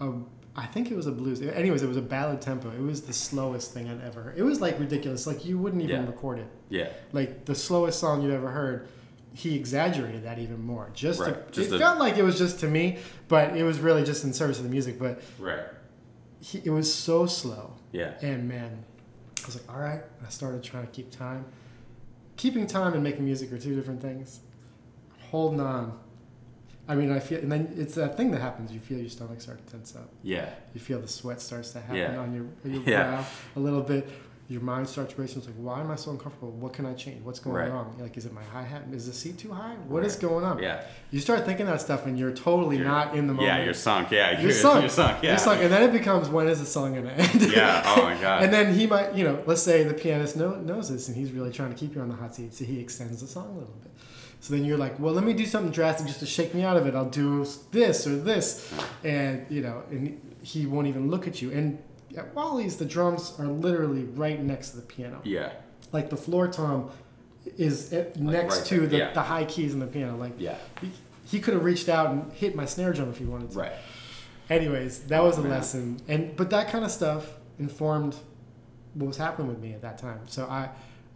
a I think it was a blues. Anyways, it was a ballad tempo. It was the slowest thing I'd ever. It was like ridiculous. Like you wouldn't even
Yeah.
record it.
Yeah.
Like the slowest song you've ever heard. He exaggerated that even more. Just,
Right.
to,
Just
it
a-
felt like it was just to me, but it was really just in service of the music. But
Right.
he, it was so slow.
Yeah.
And man, I was like, all right. I started trying to keep time. Keeping time and making music are two different things. Holding on. I mean, I feel, and then it's that thing that happens. You feel your stomach start to tense up.
Yeah.
You feel the sweat starts to happen
Yeah.
on your, your
Yeah.
brow a little bit. Your mind starts racing. It's like, why am I so uncomfortable? What can I change? What's going
Right.
wrong? Like, is it my hi hat? Is the seat too high? What is
Right.
going on?
Yeah.
You start thinking that stuff, and you're totally
You're-
not in the moment.
Yeah. You're sunk. Yeah. You're,
You're sunk.
You're sunk. Yeah.
You're sunk, and then it becomes when is the song gonna end?
Yeah, oh my God.
and then he might, you know, let's say the pianist know, knows this, and he's really trying to keep you on the hot seat, so he extends the song a little bit. So then you're like, well, let me do something drastic just to shake me out of it. I'll do this or this, and you know, and he won't even look at you. And at Wally's, the drums are literally right next to the piano.
Yeah.
Like the floor tom is at, next
right
to
there,
the,
yeah.
the high keys in the piano. Like
Yeah.
he- he could have reached out and hit my snare drum if he wanted to.
Right.
Anyways, that
Oh,
was a
man.
lesson, and but that kind of stuff informed what was happening with me at that time. So I,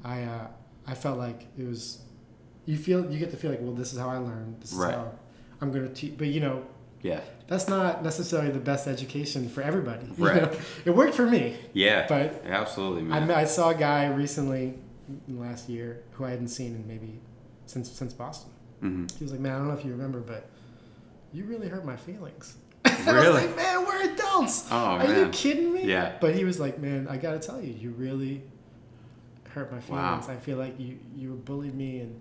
I, uh, I felt like it was. You feel you get to feel like well, this is how I learned. This is
Right.
how I'm going to teach. But you know,
Yeah.
that's not necessarily the best education for everybody. you
Right.
know? It worked for me.
Yeah.
But-
absolutely,
I,
man.
met, I saw a guy recently in the last year who I hadn't seen in maybe since since Boston.
Mhm.
He was like, "Man, I don't know if you remember, but you really hurt my feelings." I was
Really?
like, "Man, we're adults.
Oh,
Are you
man.
kidding me?"
Yeah.
But he was like, "Man, I gotta tell you, you really hurt my
Wow.
feelings. I feel like you you bullied me." And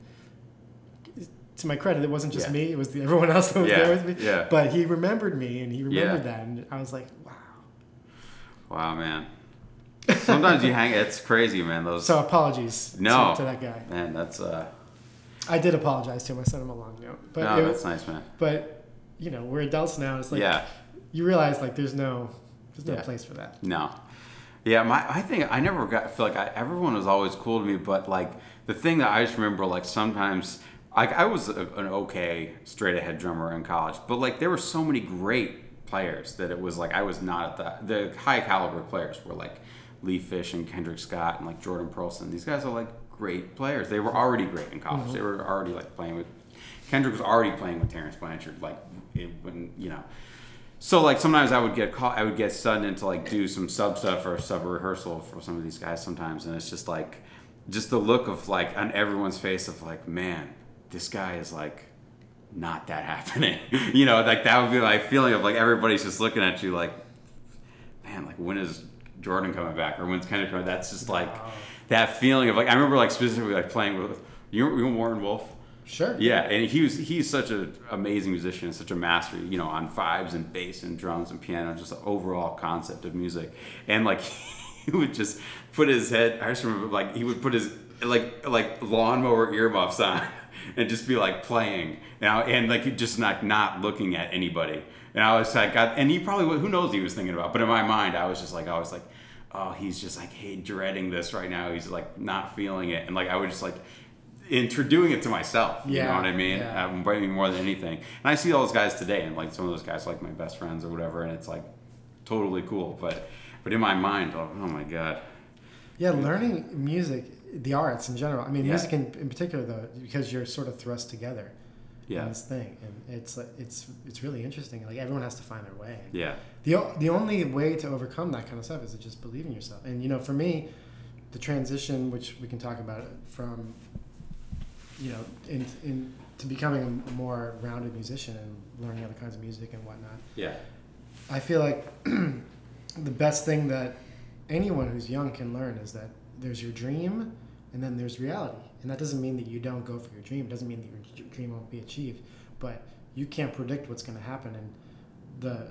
to my credit, it wasn't just
Yeah.
me; it was the, everyone else that was
Yeah,
there with me.
yeah.
But he remembered me, and he remembered
Yeah.
that, and I was like, "Wow."
Wow, man. Sometimes you hang. It's crazy, man. Those.
So apologies
No.
to, to that guy.
man, that's uh.
I did apologize to him. I sent him a long note, but
no,
it,
that's nice, man.
but you know we're adults now. It's like
yeah.
you realize like there's no there's no
Yeah.
place for that.
No. Yeah, my I think I never got feel like I, everyone was always cool to me, but like the thing that I just remember like sometimes like I was a, an okay straight ahead drummer in college, but like there were so many great players that it was like I was not at the the high caliber players were like Lee Fish and Kendrick Scott and like Jordan Pearlson. These guys are like great players. They were already great in college. They were already like playing with Kendrick was already playing with Terrence Blanchard like it, when you know so like sometimes I would get caught, I would get sudden into like do some sub stuff or sub rehearsal for some of these guys sometimes, and it's just like, just the look of like on everyone's face of like, man, this guy is like, not that happening, you know, like that would be my feeling of like everybody's just looking at you like, man, like when is Jordan coming back or when's Kendrick coming? That's just like
Wow.
that feeling of like I remember like specifically like playing with you, you know Warren Wolf.
Sure.
Yeah, and he was he's such an amazing musician, such a master, you know, on fives and bass and drums and piano, just the overall concept of music. And like he would just put his head I just remember like he would put his like like lawnmower earmuffs on and just be like playing. You know, and like he just like not looking at anybody. And I was like God and he probably wa- who knows what he was thinking about, but in my mind I was just like I was like Oh, he's just like hey, dreading this right now. He's like not feeling it, and like I would just like into doing it to myself. You know
Yeah,
what I mean?
yeah.
Um, probably more than anything. And I see all those guys today, and like some of those guys, are, like my best friends or whatever, and it's like totally cool. But but in my mind, oh, oh my god,
Yeah, learning music, the arts in general. I mean,
Yeah.
music in, in particular though, because you're sort of thrust together in
yeah,
this thing, and it's like it's it's really interesting. Like everyone has to find their way.
yeah,
The o- the only way to overcome that kind of stuff is to just believe in yourself. And you know, for me, the transition, which we can talk about, from you know, in, in to becoming a more rounded musician and learning other kinds of music and whatnot.
yeah,
I feel like the best thing that anyone who's young can learn is that there's your dream and then there's reality. And that doesn't mean that you don't go for your dream. It doesn't mean that your dream won't be achieved. But you can't predict what's going to happen. And the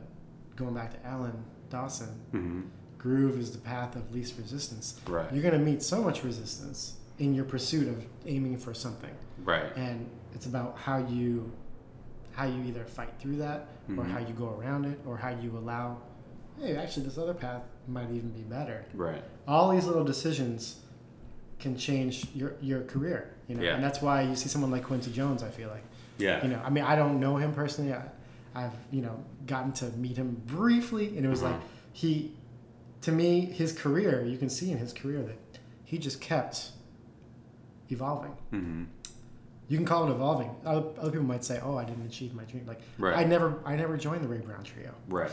going back to Alan Dawson,
hmm
groove is the path of least resistance.
right,
You're going to meet so much resistance in your pursuit of aiming for something
right,
and it's about how you how you either fight through that or
Mhm.
how you go around it or how you allow hey actually this other path might even be better
Mm-hmm. right,
all these little decisions can change your your career you know
Yeah.
and that's why you see someone like quincy jones i feel like
yeah,
you know i mean i don't know him personally I, i've you know gotten to meet him briefly and it was like
Uh-huh.
he to me his career you can see in his career that he just kept evolving
hmm
you can call it evolving. Other, other people might say, "Oh, I didn't achieve my dream." Like
Right.
I never, I never joined the Ray Brown Trio.
right,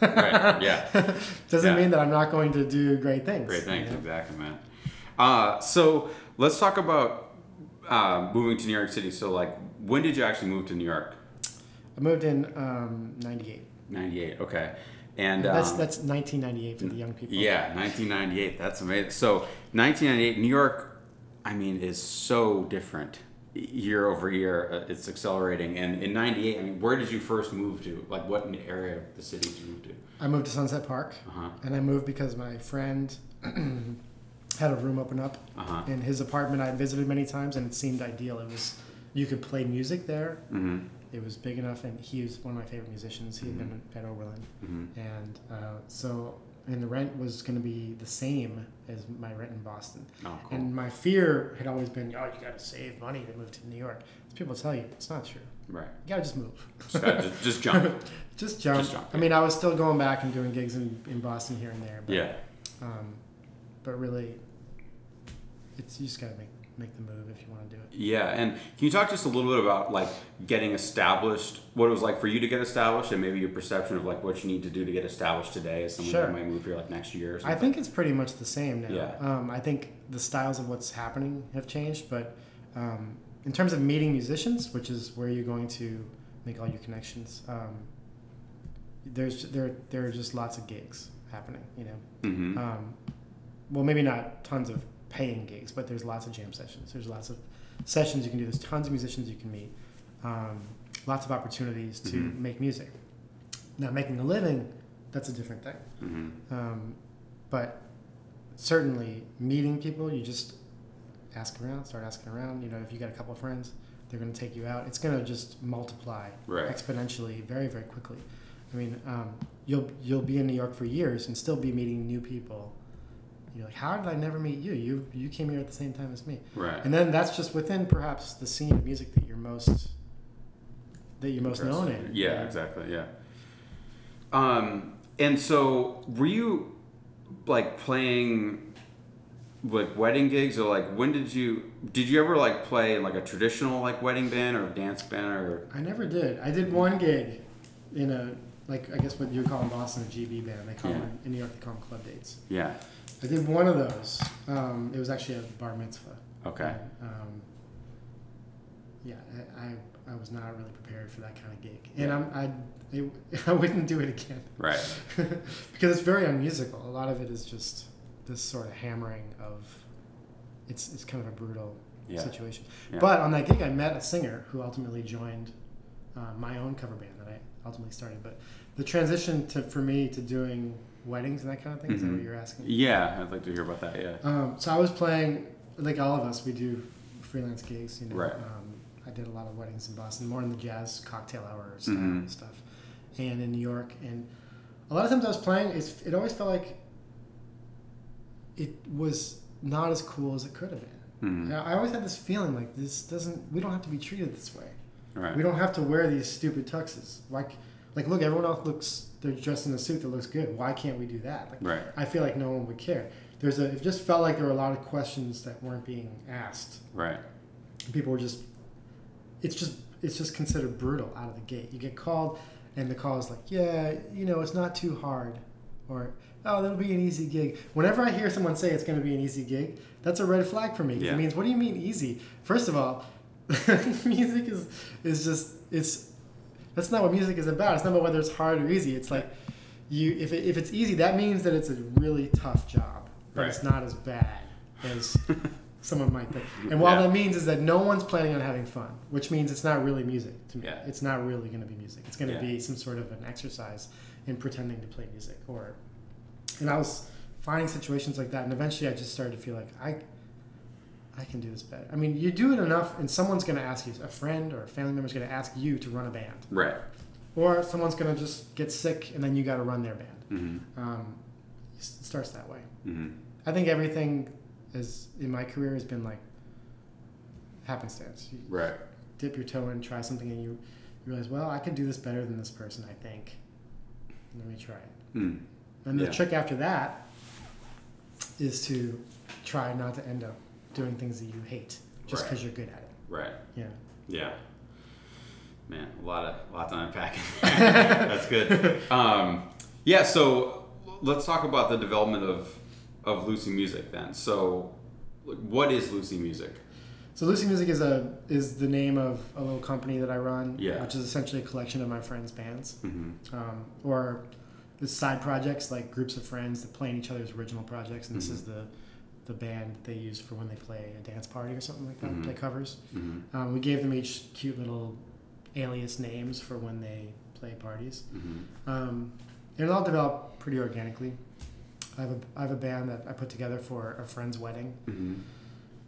Right, yeah.
Doesn't
Yeah.
mean that I'm not going to do great things.
great things,
you know?
exactly, man. Uh, so let's talk about uh, moving to New York City. So like, when did you actually move to New York?
I moved in um, '98.
Ninety-eight, okay, and
that's
um,
that's 1998 for the young people.
Yeah, 1998. That's amazing. So 1998, New York, I mean, is so different year over year. Uh, it's accelerating. And in 98, I mean, where did you first move to? Like, what area of the city did you move to?
I moved to Sunset Park,
Uh huh.
and I moved because my friend had a room open up
Uh huh.
in his apartment. I had visited many times, and it seemed ideal. It was you could play music there.
Mm-hmm.
It was big enough, and he was one of my favorite musicians. He had been at Oberlin.
Mm-hmm.
and uh, so and the rent was going to be the same as my rent in Boston.
Oh, cool.
And my fear had always been, oh, you got to save money to move to New York. As people tell you, it's not true.
right.
You got to just move.
Just, gotta- just, just jump.
just jump.
Just jump,
I mean, I was still going back and doing gigs in, in Boston here and there. But,
Yeah.
Um, but really, it's you just got to make make the move if you want to do it.
Yeah, and can you talk just a little bit about like getting established? What it was like for you to get established, and maybe your perception of like what you need to do to get established today as someone
Sure.
that might move here like next year. Or
I
something.
think it's pretty much the same now.
Yeah.
Um, I think the styles of what's happening have changed, but um, in terms of meeting musicians, which is where you're going to make all your connections, um, there's there there are just lots of gigs happening. You know,
hmm
um, well, maybe not tons of paying gigs, but there's lots of jam sessions. There's lots of sessions you can do. There's tons of musicians you can meet. Um, lots of opportunities to
Mhm.
make music. Now, making a living, that's a different thing.
hmm
Um, but certainly, meeting people, you just ask around, start asking around. You know, if you got a couple of friends, they're going to take you out. It's going to just multiply
Right.
exponentially, very, very quickly. I mean, um, you'll you'll be in New York for years and still be meeting new people. You're like, how did I never meet you? You you came here at the same time as me.
Right.
And then that's just within perhaps the scene of music that you're most that you're most known in.
Yeah, exactly. Yeah. Um, and so were you like playing like wedding gigs or like when did you did you ever like play in like a traditional like wedding band or dance band or
I never did. I did one gig in a like I guess what you would call in Boston a GB band. They call
Yeah.
them in New York they call them club dates.
yeah
I did one of those. Um, it was actually a bar mitzvah.
okay
Um, yeah, I, I I was not really prepared for that kind of gig, and I'm I it, I wouldn't do it again.
Right.
because it's very unmusical. A lot of it is just this sort of hammering of. It's it's kind of a brutal
Yeah.
situation.
Yeah.
But on that gig, I met a singer who ultimately joined uh, my own cover band that I ultimately started. But the transition to for me to doing weddings and that kind of thing is that what
Mhm.
you're asking?
yeah I'd like to hear about that yeah
Um, so I was playing, like all of us, we do freelance gigs, you know.
Right.
Um, I did a lot of weddings in Boston, more in the jazz cocktail hour style
Mhm.
stuff, and in New York. And a lot of times I was playing, it's, it always felt like it was not as cool as it could have been.
Mhm.
I I always had this feeling like this doesn't, we don't have to be treated this way.
right
We don't have to wear these stupid tuxes. Like, like look, everyone else looks, they're dressed in a suit that looks good. Why can't we do that? Like,
right
I feel like no one would care. There's a, it just felt like there were a lot of questions that weren't being asked.
right
People were just, it's just, it's just considered brutal out of the gate. You get called, and the call is like, yeah, you know, it's not too hard, or oh, that'll be an easy gig. Whenever I hear someone say it's going to be an easy gig, that's a red flag for me. 'cause
Yeah.
It means what do you mean easy? First of all, music is is just it's that's not what music is about. It's not about whether it's hard or easy. It's like you if, it, if it's easy, that means that it's a really tough job, but it's not as bad as someone might think. And what
Yeah.
that means is that no one's planning on having fun, which means it's not really music to me.
Yeah.
It's not really going to be music. It's going to
Yeah.
be some sort of an exercise in pretending to play music or and I was finding situations like that and eventually I just started to feel like I I can do this better. I mean, you do it enough and someone's going to ask you, a friend or a family member's going to ask you to run a band
right
or someone's going to just get sick and then you got to run their band.
mm-hmm.
Um, it starts that way.
Mm-hmm.
I think everything is in my career has been like happenstance. You
right
dip your toe in, try something, and you, you realize, well, I could do this better than this person. I think. Let me try it.
mm.
And the
Yeah.
trick after that is to try not to end up doing things that you hate just
Right.
because you're good at it.
right
Yeah.
Yeah. Man, a lot of lot to unpack. That's good. Um, yeah, so let's talk about the development of of Lucy Music then. So like, what is Lucy Music?
So Lucy Music is a is the name of a little company that I run,
Yeah.
which is essentially a collection of my friends' bands.
Mm-hmm.
um, or the side projects like groups of friends that play in each other's original projects and this
Mhm.
is the the band that they use for when they play a dance party or something like that
Mhm.
play covers
Mm-hmm.
um, we gave them each cute little alias names for when they play parties
Mm-hmm.
um, and it all developed pretty organically I have, a, I have a band that I put together for a friend's wedding
Mm-hmm.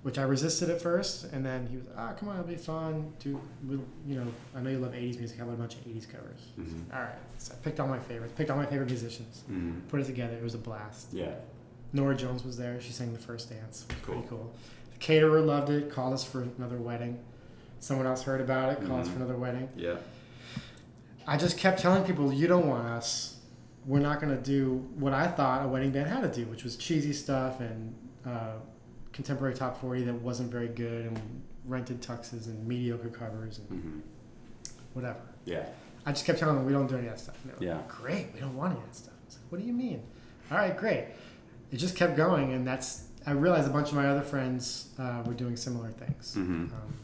which I resisted at first, and then he was, ah, come on, it'll be fun. Do we'll- you know? I know you love '80s music. How about a bunch of '80s covers?
Mhm.
All right, so I picked all my favorites. Picked all my favorite musicians.
Mhm.
Put it together. It was a blast.
Yeah.
Nora Jones was there. She sang the first dance. It was
Cool.
Pretty cool. The caterer loved it. Called us for another wedding. Someone else heard about it. Called us
Mhm.
for another wedding.
Yeah.
I just kept telling people, you don't want us. We're not going to do what I thought a wedding band had to do, which was cheesy stuff and uh, contemporary top 40 that wasn't very good and rented tuxes and mediocre covers and
hmm
whatever.
Yeah.
I just kept telling them, we don't do any of that stuff. And they were like,
Yeah.
Great, we don't want any of that stuff. I was like, what do you mean? All right, great. It just kept going, and that's, I realized a bunch of my other friends uh, were doing similar things.
hmm
Um,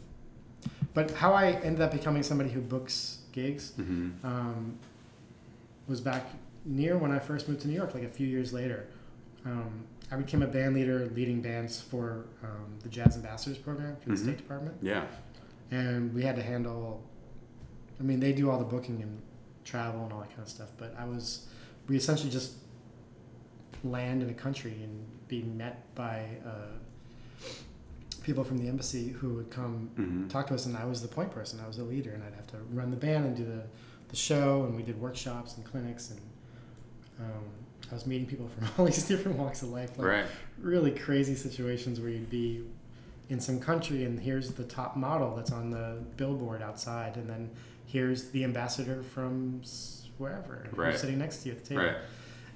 but how I ended up becoming somebody who books gigs
hmm
um, was back near when I first moved to New York, like a few years later. Um, I became a band leader leading bands for um, the Jazz Ambassadors program for the
Mhm.
State Department.
Yeah.
And we had to handle, I mean, they do all the booking and travel and all that kind of stuff, but I was, we essentially just land in a country and be met by uh, people from the embassy who would come
hmm
talk to us, and I was the point person. I was the leader, and I'd have to run the band and do the, the show, and we did workshops and clinics, and um, I was meeting people from all these different walks of life, like
Right.
really crazy situations where you'd be in some country, and here's the top model that's on the billboard outside, and then here's the ambassador from s- wherever who's
Right.
sitting next to you at the table
Right.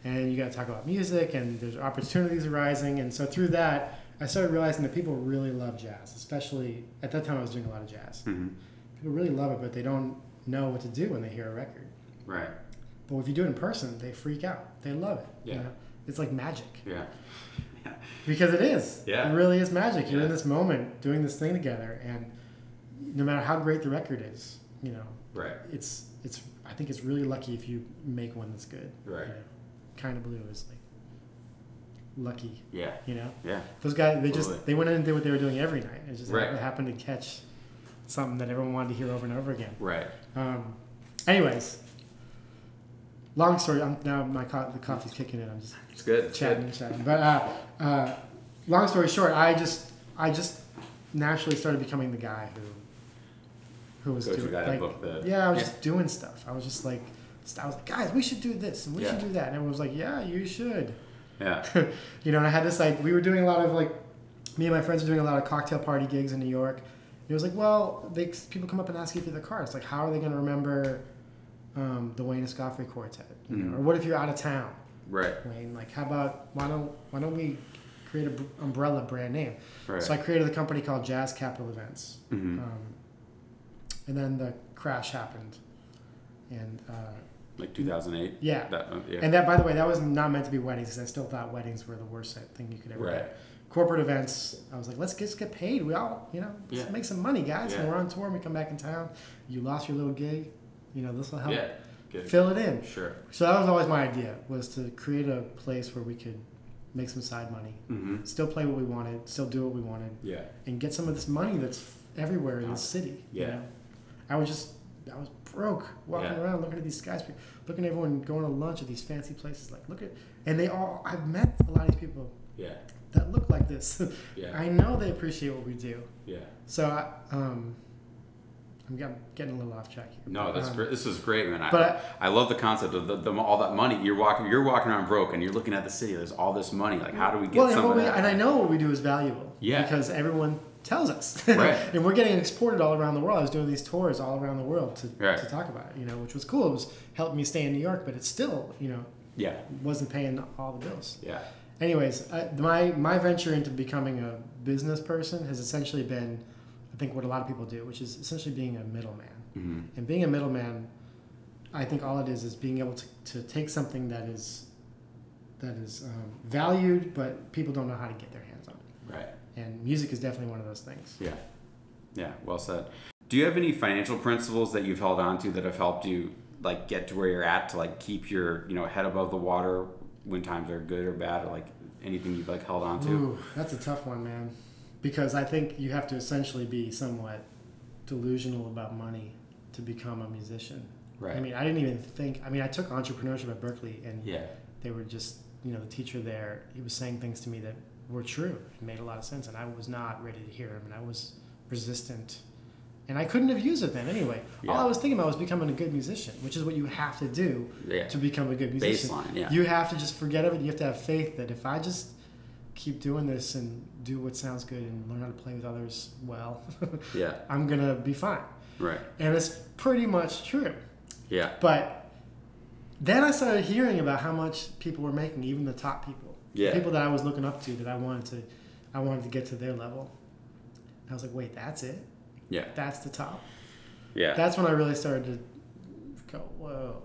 and you got to talk about music and there's opportunities arising and so through that i started realizing that people really love jazz especially at that time i was doing a lot of jazz
hmm
people really love it but they don't know what to do when they hear a record
Right.
but if you do it in person they freak out they love it you
Yeah.
know? it's like magic
Yeah.
because it is
Yeah.
it really is magic you're in
Yeah.
this moment doing this thing together and no matter how great the record is you know
Right.
it's it's i think it's really lucky if you make one that's good
Right.
kind of blue is like lucky
Yeah.
you know
Yeah.
those guys they just
Totally.
they went in and did what they were doing every night it just
Right.
happened to catch something that everyone wanted to hear over and over again
Right.
um, anyways long story i'm now my co- the coffee's kicking in i'm just
It's good. It's
chatting
good.
and chatting but uh, uh, long story short i just i just naturally started becoming the guy who who was
Go-to
doing
guy to
like,
book the-
yeah i was
yeah.
just doing stuff i was just like just- i was like guys we should do this and we
Yeah.
should do that and everyone was like yeah you should
Yeah.
you know, and I had this like we were doing a lot of like me and my friends were doing a lot of cocktail party gigs in New York. And it was like, well, they people come up and ask you for the car. It's like, how are they going to remember um, the Wayne Escoffrey Quartet? You know,
Mhm.
or what if you're out of town,
Right.
Wayne? Like, how about why don't why don't we create an umbrella brand name?
Right.
So I created a company called Jazz Capital Events.
hmm
Um, and then the crash happened, and uh,
Like 2008.
yeah,
That one. Yeah.
and that, by the way, that was not meant to be weddings because I still thought weddings were the worst thing you could ever
right.
do. Corporate events, I was like, let's just get paid. We all, you know, let's
Yeah.
make some money, guys.
Yeah.
When we're on tour and we come back in town, you lost your little gig. You know, this will help
Yeah. Good.
fill it in.
Sure.
So that was always my idea was to create a place where we could make some side money,
Mm-hmm.
still play what we wanted, still do what we wanted,
Yeah.
and get some of this money that's f- everywhere in the
Out.
city.
Yeah.
know? I was just, I was broke walking
Yeah.
around looking at these skyscrapers, looking at everyone going to lunch at these fancy places. Like, look at, and they all, I've met a lot of these people
Yeah.
that look like this.
Yeah.
I know they appreciate what we do.
Yeah.
So I, um, I'm get- getting a little off track here.
No, that's
Um,
great. This is great, man. I,
but
I love the concept of the, the, all that money. You're walking, you're walking around broke, and you're looking at the city. There's all this money. Like, how do we get
well, and,
some
what
of
we,
that?
and I know what we do is valuable.
Yeah.
Because everyone tells us.
Right.
and we're getting exported all around the world. I was doing these tours all around the world to,
Right.
to talk about it, you know, which was cool. It was helped me stay in New York, but it still, you know,
Yeah.
wasn't paying all the bills.
Yeah.
Anyways, I, my my venture into becoming a business person has essentially been, I think, what a lot of people do, which is essentially being a middleman.
Mm-hmm.
And being a middleman, I think all it is is being able to, to take something that is that is um, valued, but people don't know how to get their hands on it.
Right.
And music is definitely one of those things.
Yeah. Yeah. Well said. Do you have any financial principles that you've held on to that have helped you like get to where you're at to like keep your you know head above the water when times are good or bad or like anything you've like held on to?
Ooh, that's a tough one, man, because I think you have to essentially be somewhat delusional about money to become a musician.
Right.
I mean, I didn't even think. I mean, I took entrepreneurship at Berkeley, and
yeah.
they were just, you know, the teacher there. He was saying things to me that were true. It made a lot of sense, and I was not ready to hear them, and I was resistant, and I couldn't have used it then anyway. All
Yeah.
I was thinking about was becoming a good musician, which is what you have to do
Yeah.
to become a good musician.
Baseline, yeah.
You have to just forget of it. You have to have faith that if I just keep doing this and do what sounds good and learn how to play with others well,
Yeah.
I'm gonna be fine.
Right.
And it's pretty much true.
Yeah.
But then I started hearing about how much people were making, even the top people, The
Yeah.
people that I was looking up to, that I wanted to, I wanted to get to their level. And I was like, wait, that's it?
Yeah.
That's the top?
Yeah.
That's when I really started to go, whoa,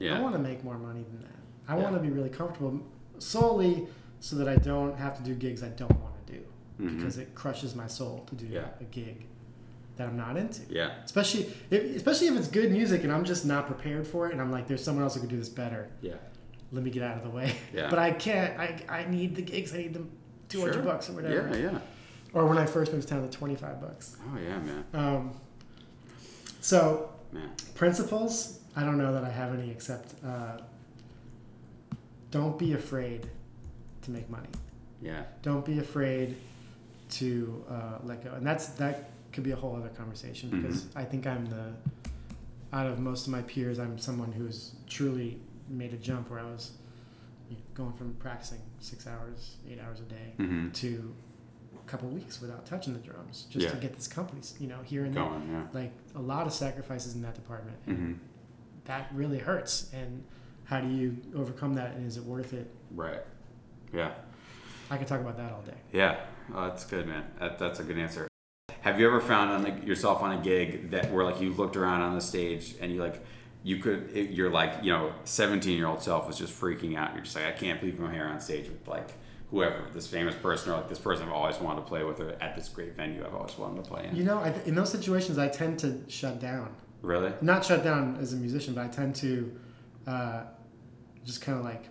I
yeah.
want to make more money than that. I
Yeah.
want to be really comfortable solely so that I don't have to do gigs I don't want to do
Mhm.
because it crushes my soul to do
Yeah.
a gig that I'm not into
Yeah.
especially if, especially if it's good music and I'm just not prepared for it and I'm like there's someone else who could do this better
Yeah.
let me get out of the way
Yeah.
but I can't I, I need the gigs I need them 200
Sure.
bucks or whatever
Yeah. Yeah.
or when I first moved to town the 25 bucks
Oh yeah, man.
um, so
Man.
principles I don't know that I have any except uh, don't be afraid to make money
Yeah.
don't be afraid to uh, let go and that's that could be a whole other conversation because i think i'm the out of most of my peers i'm someone who's truly made a jump where i was you know, going from practicing six hours eight hours a day
Mm-hmm.
to a couple weeks without touching the drums just to
Yeah.
get this company you know here and there
Going. Yeah.
like a lot of sacrifices in that department and
Mm-hmm.
that really hurts and how do you overcome that and is it worth it
Right. Yeah.
i could talk about that all day
Yeah. Oh, that's good, man. That, that's a good answer. Have you ever found on like yourself on a gig that where like you looked around on the stage and you like you could it, you're like you know 17 year old self was just freaking out. You're just like I can't believe I'm here on stage with like whoever this famous person or like this person I've always wanted to play with or at this great venue I've always wanted to play in.
You know, I th- in those situations, I tend to shut down.
Really?
Not shut down as a musician, but I tend to uh, just kind of like.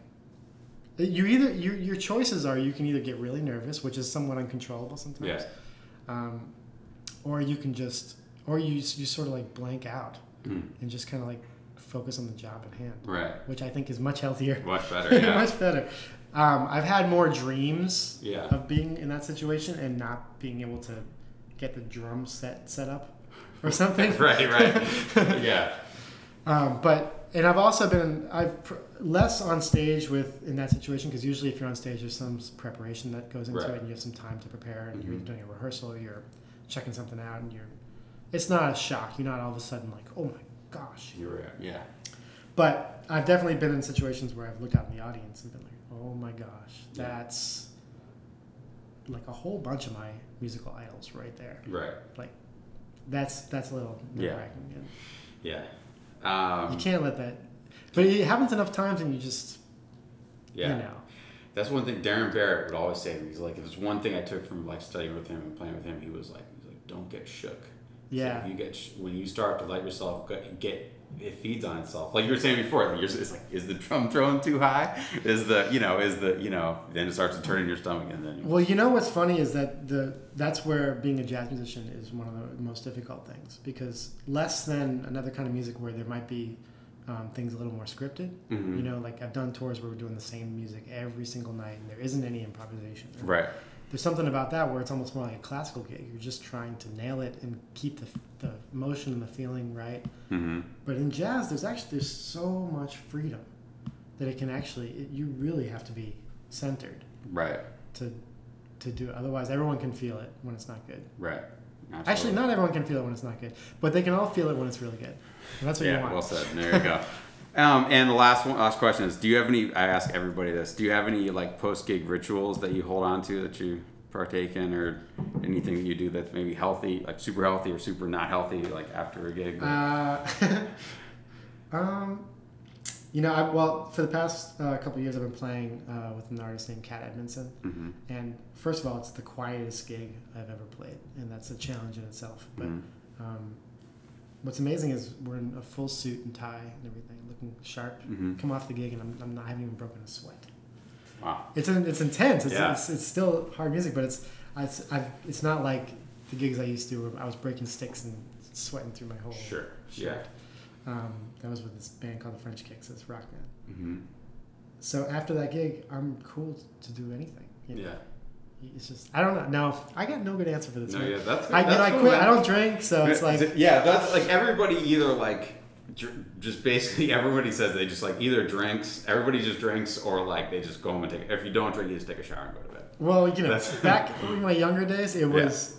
You either you, your choices are you can either get really nervous, which is somewhat uncontrollable sometimes,
Yeah.
um, or you can just or you s- you sort of like blank out
Mm.
and just kind of like focus on the job at hand,
Right.
which I think is much healthier,
Much better. Yeah.
much better. Um, I've had more dreams
Yeah.
of being in that situation and not being able to get the drum set set up or something.
right. Right. yeah.
Um, but and I've also been I've pr- less on stage with in that situation because usually if you're on stage there's some s- preparation that goes into
Right.
it and you have some time to prepare and
Mhm.
you're doing a rehearsal or you're checking something out and you're it's not a shock you're not all of a sudden like oh my gosh
You're right. Yeah.
but I've definitely been in situations where I've looked out in the audience and been like, oh my gosh,
Yeah.
that's like a whole bunch of my musical idols right there.
Right.
That's that's a little
Yeah.
nerve-wracking. Yeah.
Yeah. Um,
you can't let that, but it happens enough times and you just
yeah.
you know
That's one thing Darren Barrett would always say. He's like, if it's one thing I took from like studying with him and playing with him, he was like, he's like, don't get shook. He's like,
yeah
you get sh- when you start to let yourself go, get it feeds on itself. Like you were saying before, like, you're, it's like, is the drum thrown too high? Is the you know is the you know then it starts to turn in your stomach and then you,
Well, you know what's funny is that the that's where being a jazz musician is one of the most difficult things because less than another kind of music where there might be um, things a little more scripted.
Mhm.
Mm-hmm. You know, like I've done tours where we're doing the same music every single night and there isn't any improvisation.
right.
There's something about that where it's almost more like a classical gig. You're just trying to nail it and keep the, the motion and the feeling right.
Mm-hmm.
But in jazz, there's actually there's so much freedom that it can actually it, you really have to be centered
Right.
to to do it. Otherwise, everyone can feel it when it's not good.
Right.
Actually, not everyone can feel it when it's not good, but they can all feel it when it's really good. And that's what you
Yeah,
want.
well said. There you go. Um, and the last one, last question is: Do you have any? I ask everybody this: Do you have any like post gig rituals that you hold on to that you partake in, or anything that you do that's maybe healthy, like super healthy or super not healthy, like after a gig?
Uh, um, you know, I, well, for the past uh, couple of years, I've been playing uh, with an artist named Kat Edmondson,
mm-hmm.
and first of all, it's the quietest gig I've ever played, and that's a challenge in itself. But
Mhm.
um, what's amazing is we're in a full suit and tie and everything, looking sharp.
Mhm.
Come off the gig, and I'm, I'm not I haven't even broken a sweat.
Wow.
It's in, it's intense. It's,
Yeah.
it's, it's still hard music, but it's it's I've, it's not like the gigs I used to where I was breaking sticks and sweating through my whole.
Sure. Yeah.
shirt. Um, that was with this band called the French Kicks. It's rock band.
Mm-hmm.
So after that gig, I'm cool to do anything. you know?
Yeah.
it's just I don't know. No, I got no good answer for this.
No,
man.
yeah, that's
I,
that's
I
cool,
quit.
man.
I don't drink, so it's like
yeah, that's like everybody either like dr- just basically everybody says they just like either drinks, everybody just drinks, or like they just go home and take. If you don't drink, you just take a shower and go to bed.
Well, you know,
That's-
back in my younger days, it was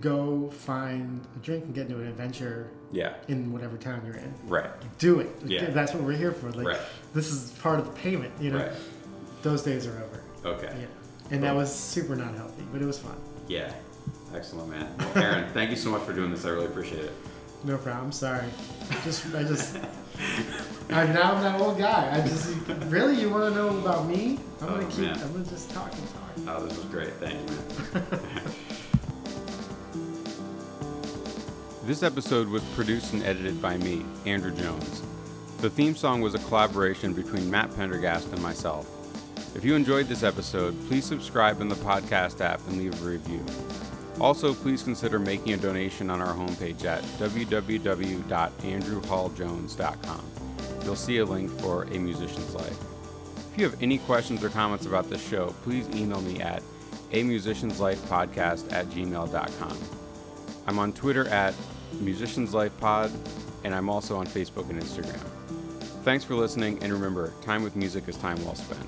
go find a drink and get into an adventure
Yeah,
in whatever town you're in.
right,
Do it. Like,
Yeah.
That's what we're here for. Like
Right.
this is part of the payment. You know,
right,
those days are over.
okay,
Yeah, and that was super not healthy, but it was fun.
yeah, excellent, man. Well, Aaron, thank you so much for doing this. I really appreciate it.
No problem. Sorry. Just I just. I'm now I'm that old guy. I just really you want to know about me? I'm gonna
Oh,
keep.
man.
I'm gonna just talk and talk.
Oh, this was great. Thank you, man.
This episode was produced and edited by me, Andrew Jones. The theme song was a collaboration between Matt Pendergast and myself. If you enjoyed this episode, please subscribe in the podcast app and leave a review. Also, please consider making a donation on our homepage at www.andrewhalljones.com. You'll see a link for A Musician's Life. If you have any questions or comments about this show, please email me at a musicianslifepodcast at gmail.com. I'm on Twitter at Musicians Life Pod, and I'm also on Facebook and Instagram. Thanks for listening, and remember, time with music is time well spent.